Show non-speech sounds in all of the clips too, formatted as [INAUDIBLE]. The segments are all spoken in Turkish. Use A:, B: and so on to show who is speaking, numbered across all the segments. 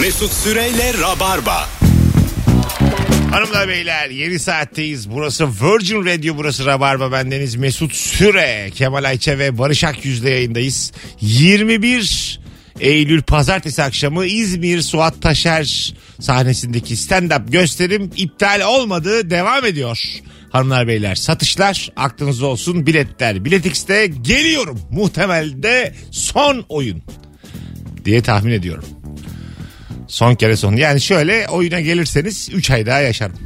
A: Mesut Süreyle Rabarba.
B: Hanımlar beyler yeni saatteyiz. Burası Virgin Radio, burası Rabarba. Bendeniz Mesut Süre, Kemal Ayça ve Barış Akyüz'le yayındayız. 21 Eylül pazartesi akşamı İzmir Suat Taşer sahnesindeki stand-up gösterim iptal olmadı, devam ediyor. Hanımlar beyler satışlar aklınızda olsun biletler. Biletix'te geliyorum muhtemelde son oyun diye tahmin ediyorum. Son kere son. Yani şöyle oyuna gelirseniz 3 ay daha yaşarım.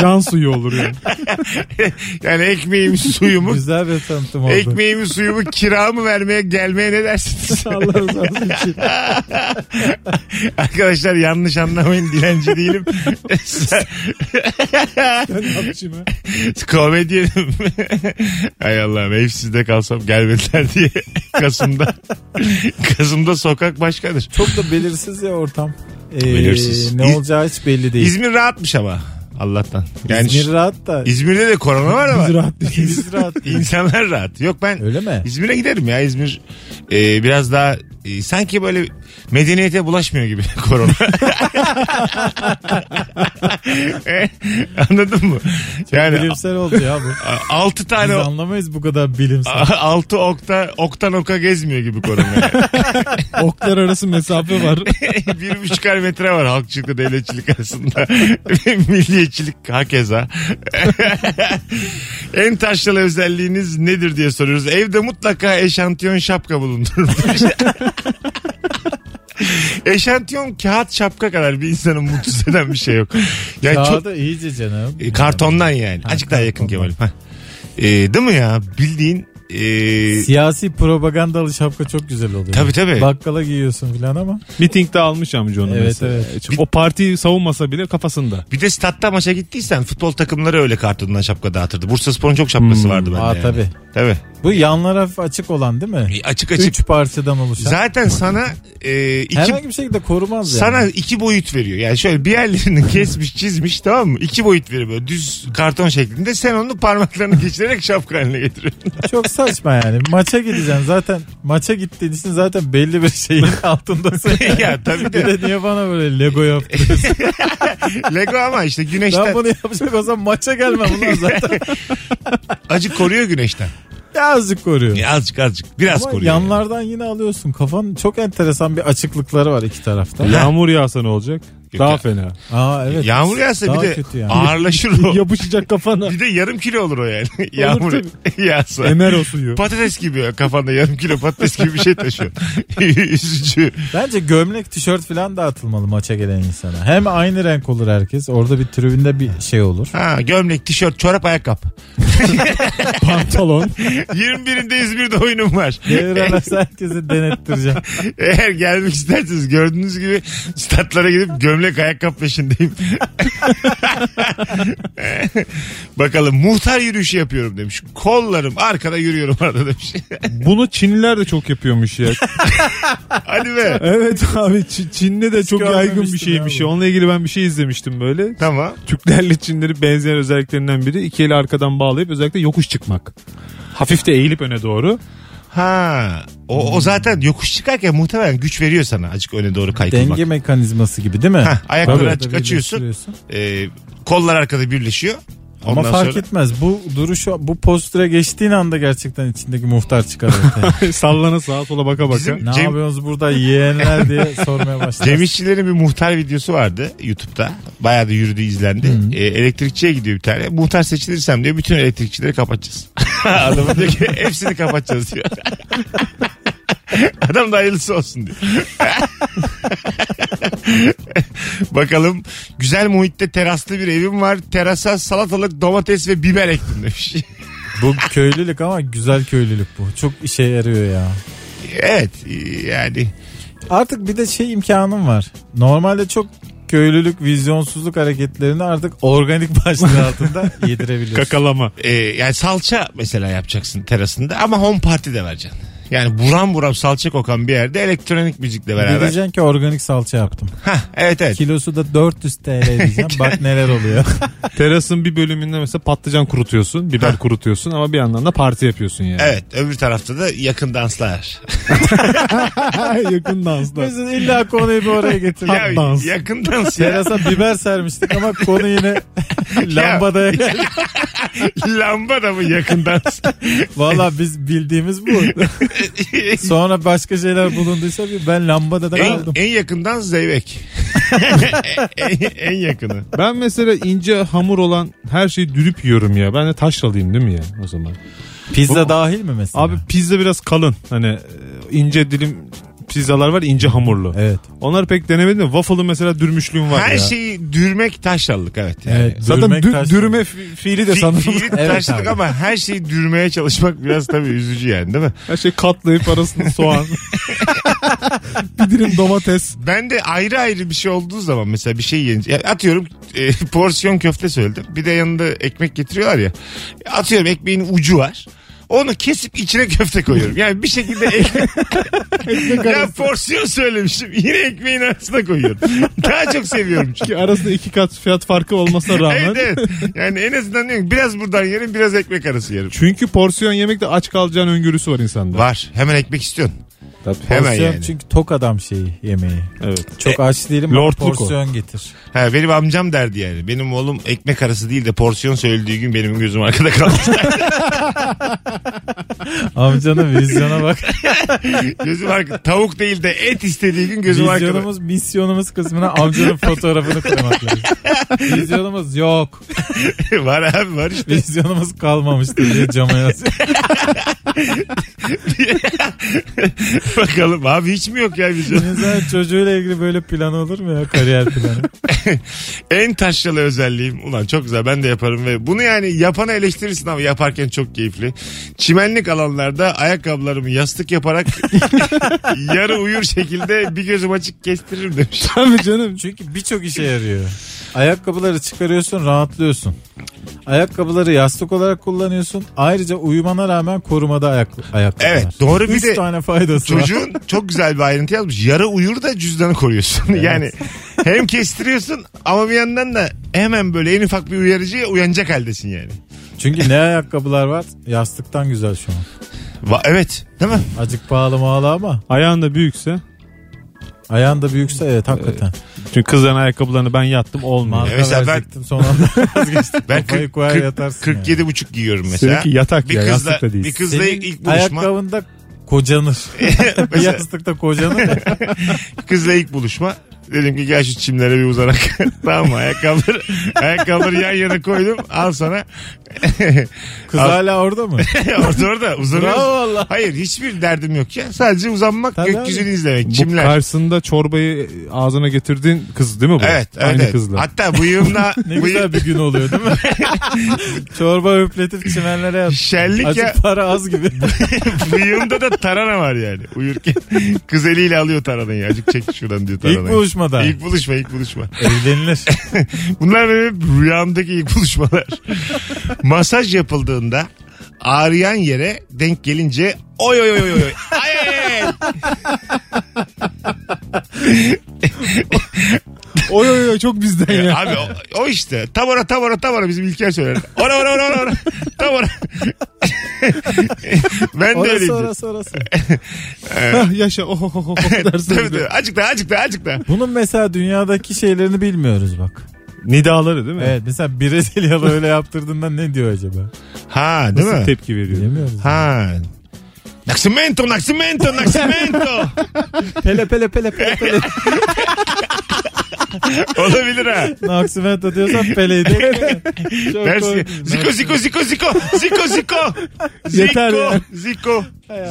C: Can suyu olur yani.
B: Yani ekmeğimi suyumu
C: [LAUGHS] Güzel bir tanıtım oldu.
B: ekmeğimi suyumu kiramı vermeye gelmeye ne dersiniz? [LAUGHS]
C: Allah razı olsun.
B: Arkadaşlar yanlış anlamayın dilenci değilim. [LAUGHS] Komedyenim. [LAUGHS] Ay Allah'ım evsizde kalsam gelmediler diye [LAUGHS] Kasım'da. Kasım'da sokak başkadır.
C: Çok da belirsiz ya ortam. Ee,
B: Belirsiz. İz-
C: Ne olacağı hiç belli değil.
B: İzmir rahatmış ama Allah'tan. Yani
C: İzmir
B: şu-
C: rahat da.
B: İzmir'de de korona var ama.
C: Biz rahat değiliz. Biz rahat değiliz. [LAUGHS]
B: İnsanlar rahat. Yok ben
C: Öyle mi?
B: İzmir'e giderim ya İzmir e, biraz daha e, sanki böyle medeniyete bulaşmıyor gibi [LAUGHS] korona. E, Anladın mı? Yani
C: [LAUGHS] Bilimsel oldu ya bu.
B: a- altı
C: Biz
B: tane
C: anlamayız bu
B: [LAUGHS]
C: kadar bilimsel.
B: a- altı okta oktan oka gezmiyor gibi korona.
C: Oklar arası
B: [LAUGHS]
C: mesafe var.
B: bir buçukar metre var halkçılıkla devletçilik arasında. [LAUGHS] Milliyetçilik hakeza. [LAUGHS] en taşralı özelliğiniz nedir diye soruyoruz. Evde mutlaka eşantiyon şapka bulundurun. [LAUGHS] eşantiyon kağıt şapka kadar bir insanı mutsuz eden bir şey yok. Yani çok,
C: Kağıda iyice canım.
B: e, kartondan yani.
C: Ha,
B: Azıcık daha yakın
C: kartondan.
B: Kemal'im. Ha. E, değil mi ya? Bildiğin e,
C: Siyasi propagandalı şapka çok güzel oluyor.
B: Tabii, tabii.
C: Bakkala giyiyorsun filan ama.
D: Mitingde almış amca onu
C: Evet,
D: mesela.
C: evet.
D: Çünkü O partiyi savunmasa bile kafasında.
B: bir de statta maça gittiysen futbol takımları öyle kartondan şapka dağıtırdı. Bursa Spor'un çok şapkası vardı bende.
C: Hmm, Aa,
B: yani.
C: tabii.
B: Tabii.
C: Bu yanlar hafif açık olan değil mi?
B: E, Açık açık.
C: Üç parçadan oluşan.
B: Zaten sana e, iki
C: Herhangi bir şey şekilde korumaz yani.
B: sana iki boyut veriyor. Yani şöyle bir
C: [LAUGHS]
B: yerlerini kesmiş çizmiş tamam mı? İki boyut veriyor böyle düz karton şeklinde. Sen onu parmaklarını geçirerek şapka haline
C: [LAUGHS]
B: getiriyorsun.
C: Çok saçma yani. Maça gideceksin zaten. Maça gittiğin için zaten belli bir
B: [LAUGHS]
C: şeyin altındasın.
B: ya tabii
C: bir
B: de
C: de niye bana böyle Lego yaptın?
B: Lego ama işte
C: Ben
B: güneşten.
C: bunu yapacak olsam maça gelmem ulan
B: [LAUGHS]
C: zaten.
B: Azıcık koruyor güneşten.
C: Birazcık koruyor.
B: Ya E, azıcık azıcık biraz
C: Ama
B: koruyor. yani.
C: yanlardan yine alıyorsun. Kafanın çok enteresan bir açıklıkları var iki tarafta.
D: Yağmur yağsa ne olacak?
B: Yok
D: Daha
B: ya.
D: fena.
C: Aa evet.
B: Yağmur yağsa
C: Daha
B: bir de
C: kötü yani.
B: ağırlaşır
C: [LAUGHS]
B: o.
D: [LAUGHS] Yapışacak kafana.
B: Bir de yarım kilo olur o yani. [LAUGHS] Yağmur
D: [LAUGHS]
B: yağsa.
D: Emer o suyu.
B: Patates gibi ya, kafanda yarım kilo patates gibi bir şey taşıyor. [LAUGHS] Üzücü.
C: Bence gömlek, tişört falan dağıtılmalı maça gelen insana. Hem aynı renk olur herkes. Orada bir tribünde bir şey olur.
B: Ha, gömlek, tişört, çorap, ayakkabı.
D: [LAUGHS]
C: Pantolon.
B: 21'inde İzmir'de oyunum var.
C: Devir arası
D: [LAUGHS]
C: herkesi denettireceğim.
B: Eğer gelmek isterseniz gördüğünüz gibi statlara gidip gömlek ayakkabı peşindeyim. [LAUGHS] Bakalım muhtar yürüyüşü yapıyorum demiş. Kollarım arkada yürüyorum arada demiş. [LAUGHS]
D: Bunu Çinliler de çok yapıyormuş ya.
B: Hadi be.
D: [LAUGHS] evet abi Ç- Çin'de de çok yaygın bir
C: görmemiştim
D: şeymiş.
C: abi.
D: ya. Onunla ilgili ben bir şey izlemiştim böyle.
B: Tamam.
D: Türklerle Çinleri benzeyen özelliklerinden biri iki eli arkadan bağlayıp özellikle yokuş çıkmak. Hafif de eğilip öne doğru.
B: Ha. O, o zaten yokuş çıkarken muhtemelen güç veriyor sana azıcık öne doğru kaykılmak.
C: Denge mekanizması gibi değil mi?
B: Hah, ayakları
D: Tabii.
B: aç- açıyorsun.
C: Birleştiriyorsun.
B: Ee, kollar arkada birleşiyor.
C: Ama
B: Ondan
C: fark
B: sonra-
C: etmez. Bu duruşu, bu postüre geçtiğin anda gerçekten içindeki muhtar çıkar
B: [LAUGHS]
D: [LAUGHS]
C: ortaya.
D: Sallana sağa sola baka baka.
B: Bizim-
C: ne
B: Cem-
C: yapıyorsunuz burada yeğenler diye sormaya başlar.
B: Cem İşçilerin bir muhtar videosu vardı YouTube'da. Bayağı da yürüdü izlendi. Ee, elektrikçiye gidiyor bir tane. Muhtar seçilirsem diyor bütün elektrikçileri kapatacağız. [LAUGHS] Adam diyor ki hepsini kapatacağız diyor. Adam da hayırlısı olsun diyor. [LAUGHS] Bakalım güzel muhitte teraslı bir evim var. Terasa salatalık, domates ve biber ektim demiş. [LAUGHS]
C: bu köylülük ama güzel köylülük bu. Çok işe yarıyor ya.
B: evet e, yani
C: Artık bir de şey imkanım var. Normalde çok köylülük, vizyonsuzluk hareketlerini artık organik [LAUGHS] başlığı altında yedirebiliyorsun.
B: Ee,
D: Kakalama.
B: e, yani salça mesela yapacaksın terasında ama home party de vereceksin. Yani buram buram salça kokan bir yerde elektronik müzikle
C: Bir de
B: beraber.
C: diyeceksin ki organik salça yaptım.
B: Hah, evet evet.
C: Kilosu da 400 TL diyeceğim. Bak
B: [LAUGHS]
C: neler oluyor.
D: Terasın bir bölümünde mesela patlıcan kurutuyorsun, biber kurutuyorsun ama bir yandan da parti yapıyorsun yani. [LAUGHS]
B: Evet öbür tarafta da yakın danslar.
D: Yakın danslar.
C: Mesela illa konuyu
B: [LAUGHS]
C: bir oraya getir.
B: Ya,
C: Hot dans.
B: yakın dans ya.
C: Terasa biber sermiştik ama konu [LAUGHS] yine lambada.
B: [LAUGHS] Lamba da mı yakın
C: [LAUGHS]
B: dans?
C: Valla biz
D: [LAUGHS]
C: bildiğimiz bu. Sonra başka şeyler bulunduysa bir ben lambada da
B: en,
C: kaldım.
B: en yakın dans zeybek. [LAUGHS] en, en yakını.
D: Ben mesela ince hamur olan her şeyi dürüp yiyorum ya. Ben de taşralıyım değil mi ya o zaman?
C: Pizza dahil mi mesela?
D: Abi pizza biraz kalın. Hani e, ince dilim pizzalar var ince hamurlu.
C: Evet.
D: Onları pek denemedim de waffle'ın mesela dürmüşlüğüm var
B: Her
D: ya.
B: şeyi dürmek taşrallık evet. Yani.
C: Evet.
D: şey- Zaten
C: dürmek
D: dü-
C: ters-
D: dürüme fi- fiili de
B: Fi-
D: sanırım.
B: fiili
C: Evet
B: taşrallık
C: abi.
B: ama her şeyi dürmeye çalışmak biraz tabii üzücü yani değil mi?
D: Her şey katlayıp arasında [LAUGHS] soğan. bir dilim domates.
B: Ben de ayrı ayrı bir şey olduğu zaman mesela bir şey yiyince ya atıyorum e, [LAUGHS] porsiyon köfte söyledim. Bir de yanında ekmek getiriyorlar ya. Atıyorum ekmeğin ucu var. Onu kesip içine köfte koyuyorum. Yani bir şekilde ek- ya porsiyon söylemişim. Yine ekmeğin arasına koyuyorum. Daha çok seviyorum çünkü.
D: Ki arasında iki kat fiyat farkı [LAUGHS] olmasına rağmen.
B: Evet, evet. Yani en azından diyorum ki, biraz buradan yerim biraz ekmek arası yerim.
D: Çünkü porsiyon yemekte aç kalacağın öngörüsü var insanda.
B: Var. Hemen ekmek istiyorsun.
D: Tabii.
B: Hemen
C: Porsiyon
B: yani.
C: çünkü tok adam şeyi yemeği.
D: Evet. E,
C: Çok aç değilim ama
D: lordluk o.
C: porsiyon getir.
B: Ha, benim amcam derdi yani. Benim oğlum ekmek arası değil de porsiyon söylediği gün benim gözüm arkada kaldı.
D: [LAUGHS]
C: Amcanın vizyona bak.
B: Gözüm arka, tavuk değil de et istediği gün gözüm arkada.
C: Vizyonumuz misyonumuz kısmına amcanın fotoğrafını koymak lazım.
D: [LAUGHS]
C: Vizyonumuz yok.
B: [LAUGHS] var abi var işte.
C: Vizyonumuz kalmamıştı diye cama yazıyor.
B: Bakalım abi hiç mi yok ya vizyon?
C: İnsanın çocuğuyla ilgili böyle plan olur mu ya kariyer planı?
B: en taşralı özelliğim. Ulan çok güzel ben de yaparım ve bunu yani yapana eleştirirsin ama yaparken çok keyifli. Çimenlik alanlarda ayakkabılarımı yastık yaparak [LAUGHS] yarı uyur şekilde bir gözüm açık kestiririm demiş.
D: [LAUGHS] Tabii canım.
C: [LAUGHS] Çünkü birçok işe yarıyor. Ayakkabıları çıkarıyorsun rahatlıyorsun. Ayakkabıları yastık olarak kullanıyorsun. Ayrıca uyumana rağmen korumada ayak, ayakkabılar.
B: Evet, doğru. Bir
C: Üç
B: de
C: tane faydası var.
B: Çocuğun çok güzel bir ayrıntı yazmış. Yarı uyur da cüzdanı koruyorsun. Yani hem kestiriyorsun ama bir yandan da hemen böyle en ufak bir uyarıcıya uyanacak haldesin yani.
C: Çünkü ne ayakkabılar var? Yastıktan güzel şu an.
B: Va- evet değil mi?
C: Acık pahalı mağalı ama
D: Ayağın da büyükse.
C: ayağın da büyükse evet hakikaten.
D: Çünkü kızların ayakkabılarını ben yattım olmuyor.
C: Marka
B: Evet, mesela ben-
C: verecektim son anda vazgeçtim.
B: Ben
C: Kafayı
B: 40,
C: koyar
B: 40,
C: yatarsın
B: 47 buçuk giyiyorum mesela.
D: Seninki yatak
B: bir
D: ya
B: kızla,
D: yastık da değil.
B: bir [LAUGHS] kızla
C: Senin
B: ilk buluşma.
C: ayakkabında
B: [LAUGHS]
C: kocanır. bir
B: Mesela
C: yastıkta kocanır. da.
B: kızla ilk buluşma. Dedim ki gel şu çimlere bir uzanak. [LAUGHS] tamam mı? Ayakkabıları, ayakkabıları yan yana koydum. Al sana. [LAUGHS]
C: Kız
B: Al.
C: hala orada mı?
B: orada orada uzanıyorsun.
C: Bravo valla.
B: Hayır hiçbir derdim yok ya. Sadece uzanmak,
C: Tabii
B: gökyüzünü
C: abi.
B: izlemek,
D: Bu
B: çimler.
D: karşısında çorbayı ağzına getirdiğin kız değil mi bu?
B: Evet, evet.
D: Aynı
B: evet.
D: kızla.
B: Hatta bıyığımla
C: [LAUGHS] Ne güzel
B: bıyık,
C: bir gün oluyor değil mi? [LAUGHS] Çorba üfletip çimenlere yat.
B: şenlik ya
C: Azıcık para az
D: [LAUGHS]
C: gibi.
B: bıyığımda da tarana var yani. Uyurken [LAUGHS] kız eliyle alıyor taranayı. Azıcık çek şuradan diyor
C: İlk
B: taranayı.
C: buluşmada.
B: İlk buluşma, ilk buluşma.
C: Evlenilir.
B: Bunlar benim hep rüyamdaki ilk buluşmalar. Masaj yapıldığında ağrıyan yere denk gelince oy oy oy oy oy. Ay ay ay.
D: oy oy oy çok bizden ya.
B: Abi o, o işte. Tam ora tam ora tam ora bizim İlker söyler. Ora ora ora ora, ora. Tam ora. [LAUGHS] ben de öyleyim.
C: Orası orası [LAUGHS] orası.
D: Hah, [LAUGHS] yaşa oh oh oh, oh dersin.
B: Tabii tabii. Azıcık daha azıcık daha azıcık daha.
C: Bunun mesela dünyadaki şeylerini bilmiyoruz bak.
D: Nidaları değil mi?
C: Evet mesela Brezilyalı öyle yaptırdığında ne diyor acaba?
B: Ha değil
D: Nasıl
B: mi?
D: tepki veriyor?
C: Bilemiyoruz.
B: Ha. Naksimento, naksimento, naksimento.
C: Pele pele pele pele [LAUGHS] pele.
B: Olabilir ha.
C: Naksimento diyorsan peleyi de. Çok
B: Dersi.
C: komik.
B: Ziko, ziko, ziko, ziko. Ziko, ziko.
C: [LAUGHS] Yeter
B: Ziko,
C: ya.
B: ziko.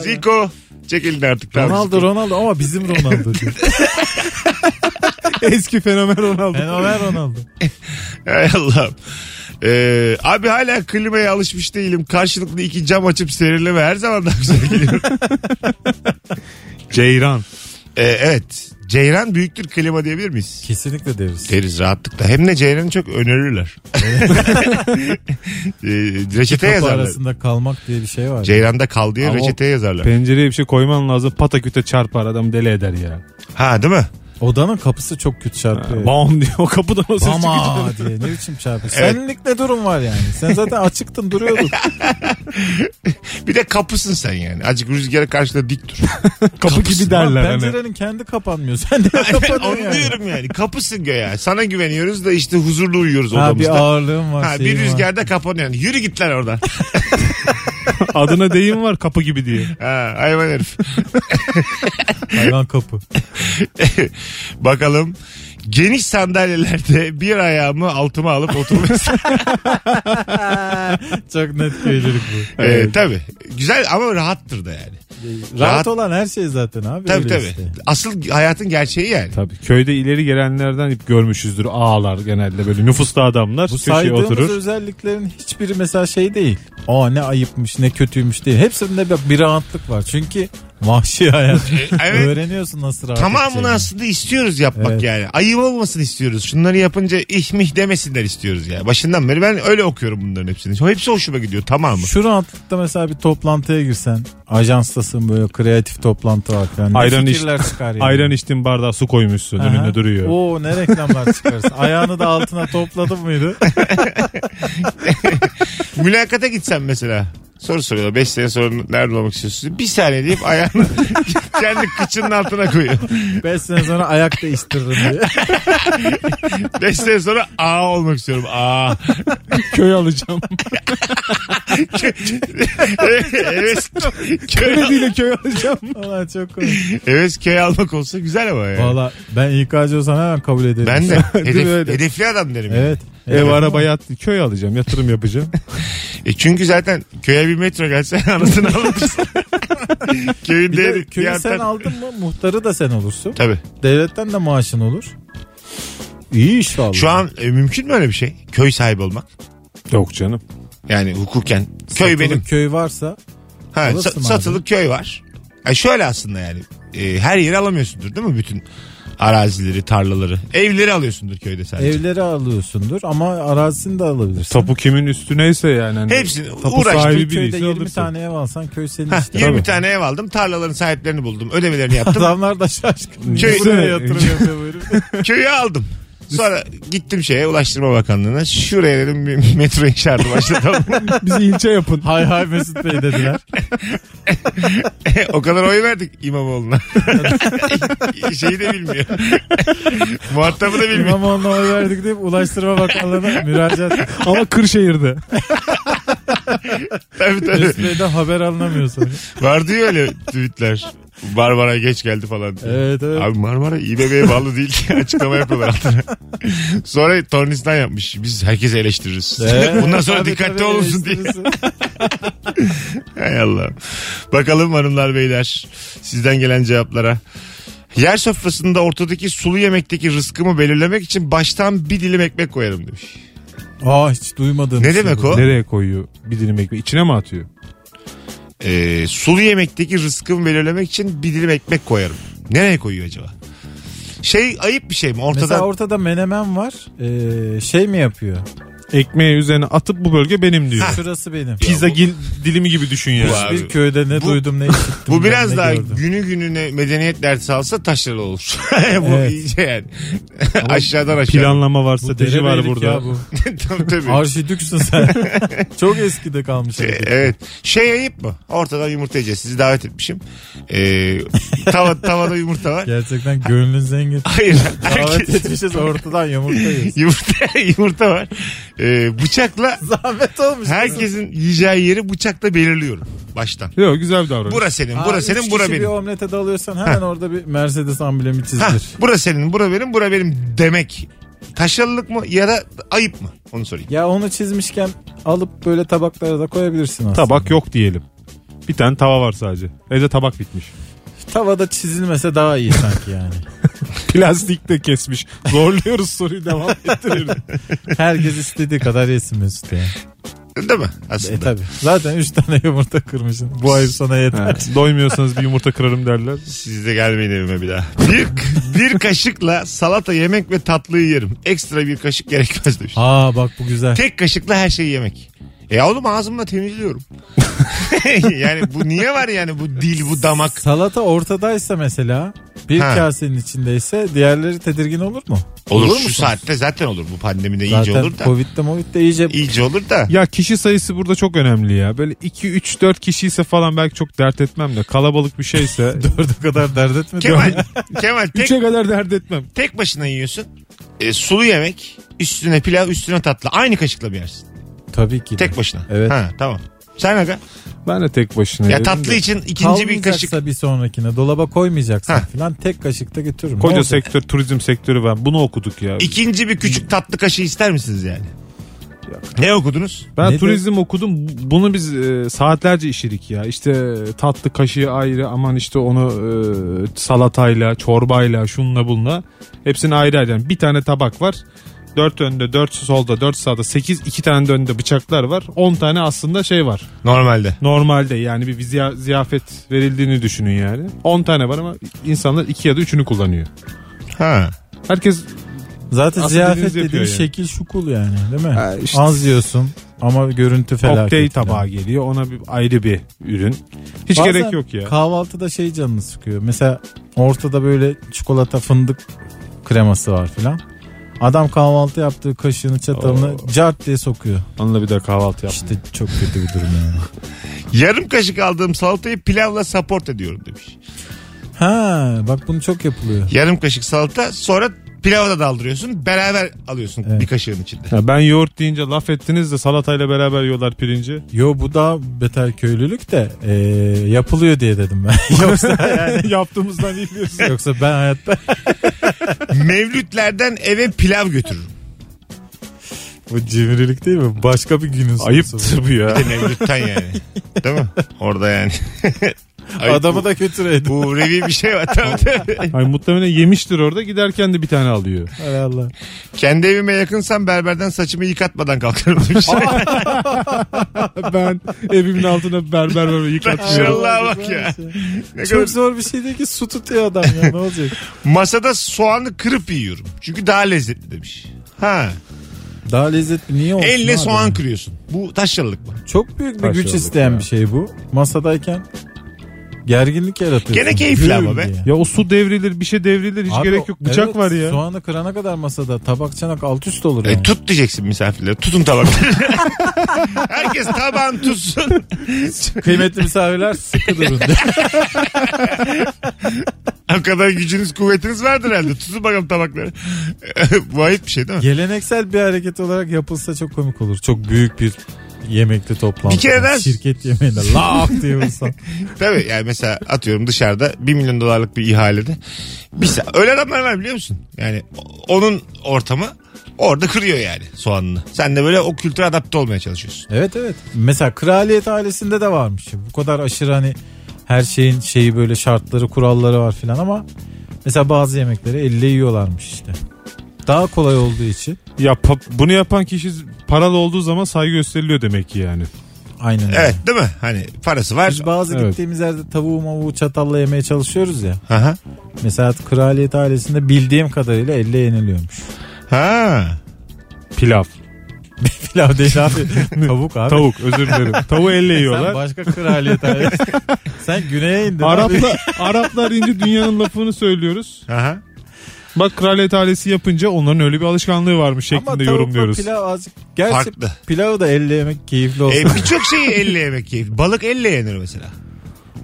B: Ziko. Çekilin artık. tamam.
C: Ronaldo Ronaldo ama bizim Ronaldo [LAUGHS] diyor.
D: Eski fenomen Ronaldo.
C: Fenomen Ronaldo.
B: Hay Allah'ım. Ee, abi hala klimaya alışmış değilim. Karşılıklı iki cam açıp
C: [LAUGHS]
B: serinleme her zaman daha güzel geliyor.
D: Ceyran.
B: Ee, evet. Ceyran büyüktür klima diyebilir miyiz?
C: Kesinlikle deriz.
B: Deriz rahatlıkla. Hem de Ceyran'ı çok önerirler. [LAUGHS] Ee, reçete
C: Kapı
B: yazarlar.
C: arasında kalmak diye bir şey var.
B: Ceyran'da kal diye
D: Ama
B: reçeteye yazarlar.
D: Pencereye bir şey koyman lazım. Pataküte çarpar adam deli eder ya.
B: Ha değil mi?
C: Odanın kapısı çok kötü çarpıyor.
D: Bam diye o kapıdan o ses
C: Bama
D: çıkacak.
C: diye ne biçim çarpıyor.
B: Evet.
C: Senlik ne durum var yani? Sen zaten açıktın duruyordun.
B: Bir de kapısın sen yani. Azıcık rüzgara karşı da dik dur.
D: Kapı gibi
B: [LAUGHS]
D: derler
C: Lan
D: hani.
C: Pencerenin kendi kapanmıyor. [LAUGHS] Sen de kapanıyor
B: Onu
C: yani.
B: diyorum yani. Kapısın göğe. Sana güveniyoruz da işte huzurlu uyuyoruz
C: Ha, bir
B: odamızda.
C: ağırlığım var.
B: Ha, bir
C: şeyim var.
B: rüzgarda kapanıyor. Yürü git lan oradan.
D: Adına deyim var kapı gibi diye.
B: Ha, hayvan herif. [LAUGHS]
C: Hayvan kapı.
B: Bakalım. Geniş sandalyelerde bir ayağımı altıma alıp oturmak
C: Çok net gelirik bu.
B: Ee, tabii. Güzel ama rahattır da yani.
C: Rahat,
B: Rahat-
C: olan her şey zaten abi.
B: Tabii
C: öyle
B: tabii.
C: işte.
B: Asıl hayatın gerçeği yani.
D: Tabii köyde ileri gelenlerden hep görmüşüzdür ağalar genelde böyle nüfuslu adamlar
C: Bu
D: köşeye
C: saydığımız
D: oturur.
C: özelliklerin hiçbiri mesela şey değil. Aa ne ayıpmış ne kötüymüş değil. Hepsinde bir, bir rahatlık var. Çünkü vahşi [LAUGHS] hayat.
B: E, Evet.
C: Öğreniyorsun nasıl rahat
B: Tamamını
C: edeceğini.
B: aslında istiyoruz yapmak
C: Evet.
B: yani. Ayıp olmasını istiyoruz. Şunları yapınca ihmih demesinler istiyoruz ya. Başından beri ben öyle okuyorum bunların hepsini. Hepsi hoşuma gidiyor
D: [LAUGHS]
B: tamamı.
C: Şu rahatlıkta mesela bir toplantıya girsen ajanstasın böyle kreatif toplantı var falan. Ne
D: Ayran
C: fikirler
D: [LAUGHS]
C: çıkar yani.
D: Ayran içtiğin bardağa su koymuşsun
C: Aha.
D: önünde duruyor.
C: Oo ne reklamlar çıkarsın. Ayağını da altına topladın mıydı?
B: Mülakata gitsem mesela. Soru soruyorlar. 5 sene sonra nerede olmak istiyorsun? Bir saniye deyip ayağını [LAUGHS] kendi kıçının altına koyuyor.
C: 5 sene sonra ayak değiştiririm
D: [LAUGHS]
C: diye.
B: 5 sene sonra A olmak istiyorum. A. [LAUGHS]
D: Köy
C: [LAUGHS]
D: alacağım.
B: evet. Köy,
D: Krediyle köy alacağım.
C: Valla çok komik.
B: evet köy almak olsa güzel ama yani.
C: Valla ben İK'cı olsam hemen kabul ederim.
B: Ben
C: [LAUGHS]
B: de
D: [LAUGHS] Değil mi
B: hedef,
D: öyle?
B: hedefli adam derim.
C: Evet.
D: Ev araba yat köy alacağım yatırım yapacağım.
B: E çünkü zaten köye bir metro gelse [LAUGHS] anasını
C: [LAUGHS]
B: alırsın. Köyün
C: Bir de
B: değeri
C: köyü sen
B: fiyattan-
C: aldın mı muhtarı da sen olursun.
B: Tabii.
C: Devletten de maaşın olur. İyi iş valla.
B: Şu an e, mümkün mü öyle bir şey? Köy sahibi olmak.
D: Yok canım.
B: Yani hukuken. köy
C: Satılık
B: benim.
C: Köy varsa
B: Ha,
C: alırsın
B: sa-
C: abi.
B: satılık köy var. E şöyle aslında yani. E, her yeri alamıyorsundur değil mi? Bütün arazileri, tarlaları. Evleri alıyorsundur köyde sadece.
C: evleri alıyorsundur ama arazisini de alabilirsin.
D: Tapu kimin üstüneyse yani. Hani
B: Hepsini
D: tapu
B: uğraştın.
D: sahibi
C: Köyde
D: birisi
C: 20
D: alırsın.
C: tane ev alsan köy senin
B: Hah,
C: işte.
B: 20
D: Tabii.
B: tane ev aldım. Tarlaların sahiplerini buldum. Ödemelerini
C: [LAUGHS]
B: yaptım.
C: Adamlar da şaşkın.
B: Köy-
C: Niye buraya yatırım
B: [LAUGHS]
C: yapıyor böyle?
B: Köyü aldım. Sonra gittim şeye Ulaştırma Bakanlığı'na. Şuraya dedim bir metro inşaatı başlatalım.
D: Bizi ilçe yapın.
C: [LAUGHS] hay hay Mesut Bey [LAUGHS] dediler.
B: [LAUGHS] o kadar oy verdik İmamoğlu'na. [LAUGHS] Şeyi de bilmiyor. Muhatabı da bilmiyor.
C: İmamoğlu'na oy verdik deyip Ulaştırma Bakanlığı'na müracaat. [LAUGHS]
D: Ama Kırşehir'de.
B: Tabii tabii.
C: Mesut Bey'den haber alınamıyor sonra.
B: Var diyor öyle tweetler. Marmara geç geldi falan diye.
C: Evet evet.
B: Abi Marmara İBB'ye bağlı değil ki [LAUGHS] açıklama yapıyorlar altına. sonra Tornistan yapmış. Biz herkesi eleştiririz.
C: Evet.
B: Bundan sonra
C: Ee, Tabii,
B: dikkatli
C: tabii,
B: olunsun diye.
C: eleştirisi.
B: [LAUGHS] Hay Allah. Bakalım hanımlar beyler sizden gelen cevaplara. Yer sofrasında ortadaki sulu yemekteki rızkımı belirlemek için baştan bir dilim ekmek koyarım demiş.
C: Aa hiç şey duymadım.
B: Ne demek o?
D: Nereye koyuyor? Bir dilim ekmeği. İçine mi atıyor?
B: Ee, sulu yemekteki rızkımı belirlemek için bir dilim ekmek koyarım. Nereye koyuyor acaba? Şey ayıp bir şey mi? Ortada
C: Mesela ortada menemen var. Ee, şey mi yapıyor?
D: Ekmeği üzerine atıp bu bölge benim diyor.
C: Şurası benim.
D: Pizza gil- dilimi gibi düşün yani.
B: Bu abi.
C: Hiçbir köyde ne
B: Bu-
C: duydum ne işittim.
B: bu
C: ben,
B: biraz
C: ne
B: daha
C: gördüm.
B: günü gününe medeniyet dersi alsa taşralı olur. [LAUGHS] bu
C: Evet.
B: iyice yani. [LAUGHS] Aşağıdan aşağı.
D: Planlama var,
C: Bu
D: strateji var
C: derebeylik
D: burada.
C: ya bu.
B: tabii, tabii. [LAUGHS]
C: Arşidüksün sen. Çok eskide kalmış.
B: Ee,
C: hareket.
B: evet. Şey ayıp mı? Ortadan yumurta yiyeceğiz. Sizi davet etmişim. Ee, tava, tavada yumurta var.
C: Gerçekten gönlün zengin.
B: Hayır.
C: [LAUGHS] Davet
B: Herkes,
C: etmişiz ortadan
B: [LAUGHS]
C: yumurta yiyoruz.
B: yumurta, yumurta var. Ee,
C: [LAUGHS]
B: bıçakla
C: Zahmet olmuş.
B: herkesin yiyeceği yeri bıçakla belirliyorum. Baştan.
D: Yok güzel bir davranış.
B: Bura senin,
C: Aa,
B: bura
C: üç
B: senin,
C: kişi
B: bura
C: bir
B: benim.
C: omlete dalıyorsan hemen orada bir Mercedes amblemi
B: Hah,
C: çizilir.
B: bura senin, bura benim, bura benim demek. Taşralılık mı ya da ayıp mı? Onu sorayım.
C: Ya onu çizmişken alıp böyle tabaklara da koyabilirsin aslında.
D: Tabak yok diyelim. Bir tane tava var sadece. Evde tabak [LAUGHS] bitmiş.
C: Tavada çizilmese daha iyi sanki yani.
D: Plastik de kesmiş. [LAUGHS] Zorluyoruz soruyu devam ettirelim.
C: Herkes istediği kadar yesin Mesut ya.
B: Değil mi? Aslında.
C: E tabi. Zaten 3 tane yumurta kırmışsın. Bu ay sana yeter.
D: Ha, doymuyorsanız bir yumurta kırarım derler.
B: Siz de gelmeyin evime bir daha. Bir, bir kaşıkla salata yemek ve tatlıyı yerim. Ekstra bir kaşık gerekmez demiş.
C: Aa bak bu güzel.
B: Tek kaşıkla her şeyi yemek. E oğlum ağzımla temizliyorum. [LAUGHS] yani bu niye var yani bu dil bu damak.
C: Salata ortadaysa mesela bir
B: Ha.
C: kasenin içindeyse diğerleri tedirgin olur mu?
B: Olur, şu
C: musunuz?
B: saatte zaten olur bu pandemide iyice
C: Zaten
B: olur da.
C: Covid'de Movid'de iyice [LAUGHS]
B: İyice olur da.
D: Ya kişi sayısı burada çok önemli ya. Böyle 2 3 4 kişi ise falan belki çok dert etmem de kalabalık bir [LAUGHS] şeyse
C: dördü kadar dert etme.
B: Kemal, Kemal tek,
D: 3'e kadar dert etmem.
B: tek başına yiyorsun. E, sulu yemek üstüne pilav üstüne tatlı aynı kaşıkla bir yersin.
C: Tabii ki. de.
B: Tek başına.
C: Evet.
B: Ha, tamam. Sen aga.
D: Ben de tek başına.
B: Ya
D: yerim
B: tatlı
D: de.
B: için ikinci bir
C: Kalmayacaksa
B: kaşık.
C: bir sonrakine dolaba koymayacaksın
B: Ha.
C: falan tek kaşıkta götürürüm. Ne
D: Koca
C: olacak?
D: sektör, turizm sektörü ben. Bunu okuduk ya.
B: İkinci bir küçük tatlı kaşığı ister misiniz yani? Ne okudunuz?
D: Ben
C: Ne
D: turizm okudum. Bu- Bunu biz e, saatlerce işledik ya. İşte e, tatlı kaşığı ayrı aman işte onu e, salatayla, çorbayla, şunla bunla. Hepsini ayrı ayrı. Yani bir tane tabak var. Dört önde, dört solda, dört sağda, sekiz, iki tane de önde bıçaklar var. On tane aslında şey var.
B: Normalde.
D: Normalde yani bir ziya- ziyafet verildiğini düşünün yani. On tane var ama insanlar iki ya da üçünü kullanıyor.
B: Ha.
D: Herkes
C: Zaten
D: Aslında
C: ziyafet
D: dediğinizi
C: dediğin
D: yapıyor yani.
C: şekil şukul yani değil mi?
D: Ha, işte.
C: Az yiyorsun ama görüntü felaket.
D: kokteyl
C: falan.
D: tabağı geliyor. Ona bir ayrı bir ürün. Hiç
C: Bazen
D: gerek yok ya.
C: Kahvaltıda şey canını sıkıyor. Mesela ortada böyle çikolata fındık kreması var filan. Adam kahvaltı yaptığı kaşığını çatalını cart diye sokuyor.
D: Onunla bir de kahvaltı yap.
C: İşte çok kötü bir durum yani. [LAUGHS]
B: Yarım kaşık aldığım salatayı pilavla support ediyorum demiş.
C: Ha bak bunu çok yapılıyor.
B: Yarım kaşık salata sonra pilava da daldırıyorsun. Beraber alıyorsun
C: Evet.
B: bir kaşığın içinde. [LAUGHS]
D: Ya ben yoğurt deyince laf ettiniz de salatayla beraber yiyorlar pirinci.
C: Yo bu daha beter köylülük de eee, yapılıyor diye dedim ben. [LAUGHS] yoksa
D: [LAUGHS]
C: yani yaptığımızdan bilmiyoruz. [LAUGHS] Yoksa ben hayatta
B: Mevlütlerden eve pilav götürürüm.
C: bu cimrilik değil mi? Başka bir günün sorusu.
D: Ayıptır bu ya.
B: Mevlütten
C: [LAUGHS]
B: yani. Değil mi? Orada yani. Ay,
C: Adamı
B: bu,
C: da kötü
B: bu revi bir şey var. Tabii, tabii.
D: [LAUGHS] Ay muhtemelen yemiştir orada giderken de bir tane alıyor.
C: [LAUGHS] Hay Allah.
B: Kendi evime yakınsam berberden saçımı yıkatmadan kalkarım demiş.
D: ben evimin altına berber böyle yıkatmıyorum.
B: Maşallah bak ya. Ne kadar-
C: şey. Çok zor bir şey değil ki su tutuyor adam ya ne olacak?
B: Masada soğanı kırıp yiyorum. Çünkü daha lezzetli demiş. Ha.
C: [LAUGHS] Daha lezzetli niye olsun?
B: Elle
C: abi?
B: soğan kırıyorsun. Bu taşralık mı?
C: Çok büyük bir
D: Taş
C: güç
D: yolluk
C: isteyen
D: ya.
C: bir şey bu. Masadayken gerginlik yaratıyorsun.
B: Gene keyifli
C: Gül
B: ama be.
C: diye.
D: [LAUGHS] Ya o su devrilir bir şey devrilir hiç
C: Abi
D: gerek
C: o-
D: yok. Bıçak
C: evet,
D: var ya.
C: Soğanı kırana kadar masada tabak çanak alt üst olur yani.
B: E, tut diyeceksin misafirlere. Tutun
C: [LAUGHS]
B: tabakları. Herkes tabağını tutsun.
C: Kıymetli misafirler
B: [LAUGHS]
C: sıkı durun.
B: O kadar gücünüz kuvvetiniz vardır herhalde. Tutun bakalım tabakları. [LAUGHS] Bu ayıp bir şey değil mi?
C: Geleneksel bir hareket olarak yapılsa çok komik olur. Çok büyük bir yemekte toplantı.
B: Bir kere ben-
C: Şirket yemeğinde laf diye vursan.
B: Tabii yani mesela atıyorum dışarıda 1 milyon dolarlık bir ihalede. Bir sa- öyle adamlar var biliyor musun? Yani o- onun ortamı orada kırıyor yani soğanını. Sen de böyle o kültüre adapte olmaya çalışıyorsun.
C: Evet evet. Mesela kraliyet ailesinde de varmış. Bu kadar aşırı hani her şeyin şeyi böyle şartları kuralları var filan ama mesela bazı yemekleri elle yiyorlarmış işte. Daha kolay olduğu için.
D: Ya pa- bunu yapan kişi paralı olduğu zaman saygı gösteriliyor demek ki yani.
C: Aynen öyle.
B: Evet değil mi? Hani parası var.
C: Biz bazı
D: Evet.
C: gittiğimiz yerde tavuğu mavuğu çatalla yemeye çalışıyoruz ya.
B: Aha.
C: Mesela kraliyet ailesinde bildiğim kadarıyla elle yeniliyormuş. [LAUGHS]
B: Ha.
D: Pilav,
C: Pilav değil abi. Tavuk abi.
D: tavuk özür dilerim. Tavuğu elle
C: Sen
D: yiyorlar.
C: başka
D: [LAUGHS]
C: kraliyet ailesi. Sen güneye indin. abi.
D: Araplar, Araplar ince dünyanın lafını söylüyoruz.
B: Aha.
D: Bak kraliyet ailesi yapınca onların öyle bir alışkanlığı varmış
C: Ama
D: şeklinde
C: tavukla
D: yorumluyoruz.
C: pilav azıcık. Gerçi
B: Farklı.
C: pilavı da elle yemek keyifli olsun.
B: E, Birçok şeyi elle yemek keyifli. Balık elle yenir mesela.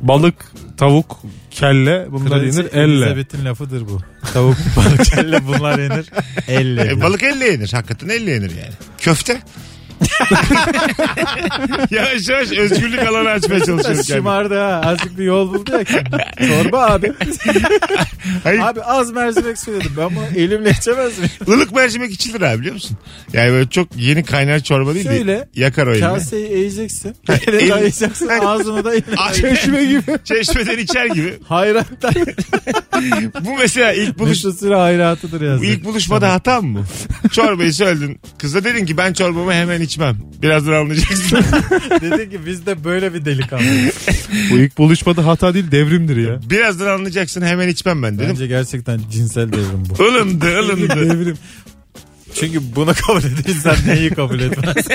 D: Balık, tavuk, kelle bunlar
C: Kraliçe
D: yenir elle.
C: Elizabeth'in lafıdır bu. Tavuk, [LAUGHS] balık, kelle bunlar yenir. Elle.
B: E, balık elle yenir. Hakikaten elle yenir yani. Köfte. yavaş yavaş özgürlük alanı açmaya çalışıyorum kendimi.
C: Şımardı ha. Azıcık bir yol buldu ya. kendine. Çorba
D: [LAUGHS]
C: abi.
B: Hayır,
C: abi az mercimek söyledim. Ben bunu elimle içemez miyim?
B: ılık mercimek içilir abi biliyor musun? Yani böyle çok yeni kaynar çorba değil de
C: Şöyle,
B: yakar o elini. [LAUGHS]
C: Kaseyi eğeceksin.
B: el-
C: Elle dayayacaksın. Ağzını da elle.
B: Çeşme gibi. Çeşmeden içer gibi.
C: Hayrattan.
B: Bu mesela ilk buluş
C: Mesut Süre hayratıdır yazdı.
B: ilk buluşmada hatam mı? Çorbayı söyledin. Kıza dedin ki ben çorbamı hemen içmem. Birazdan
C: [LAUGHS]
B: anlayacaksın.
C: Dedi ki biz de böyle bir delikanlıyız.
D: Bu ilk buluşmada hata değil devrimdir ya.
B: Birazdan anlayacaksın hemen içmem ben dedim.
C: Bence gerçekten cinsel devrim bu.
B: Ilımdı
C: [LAUGHS]
B: ılımdı
C: devrim. Çünkü bunu kabul edilsen neyi kabul etmez?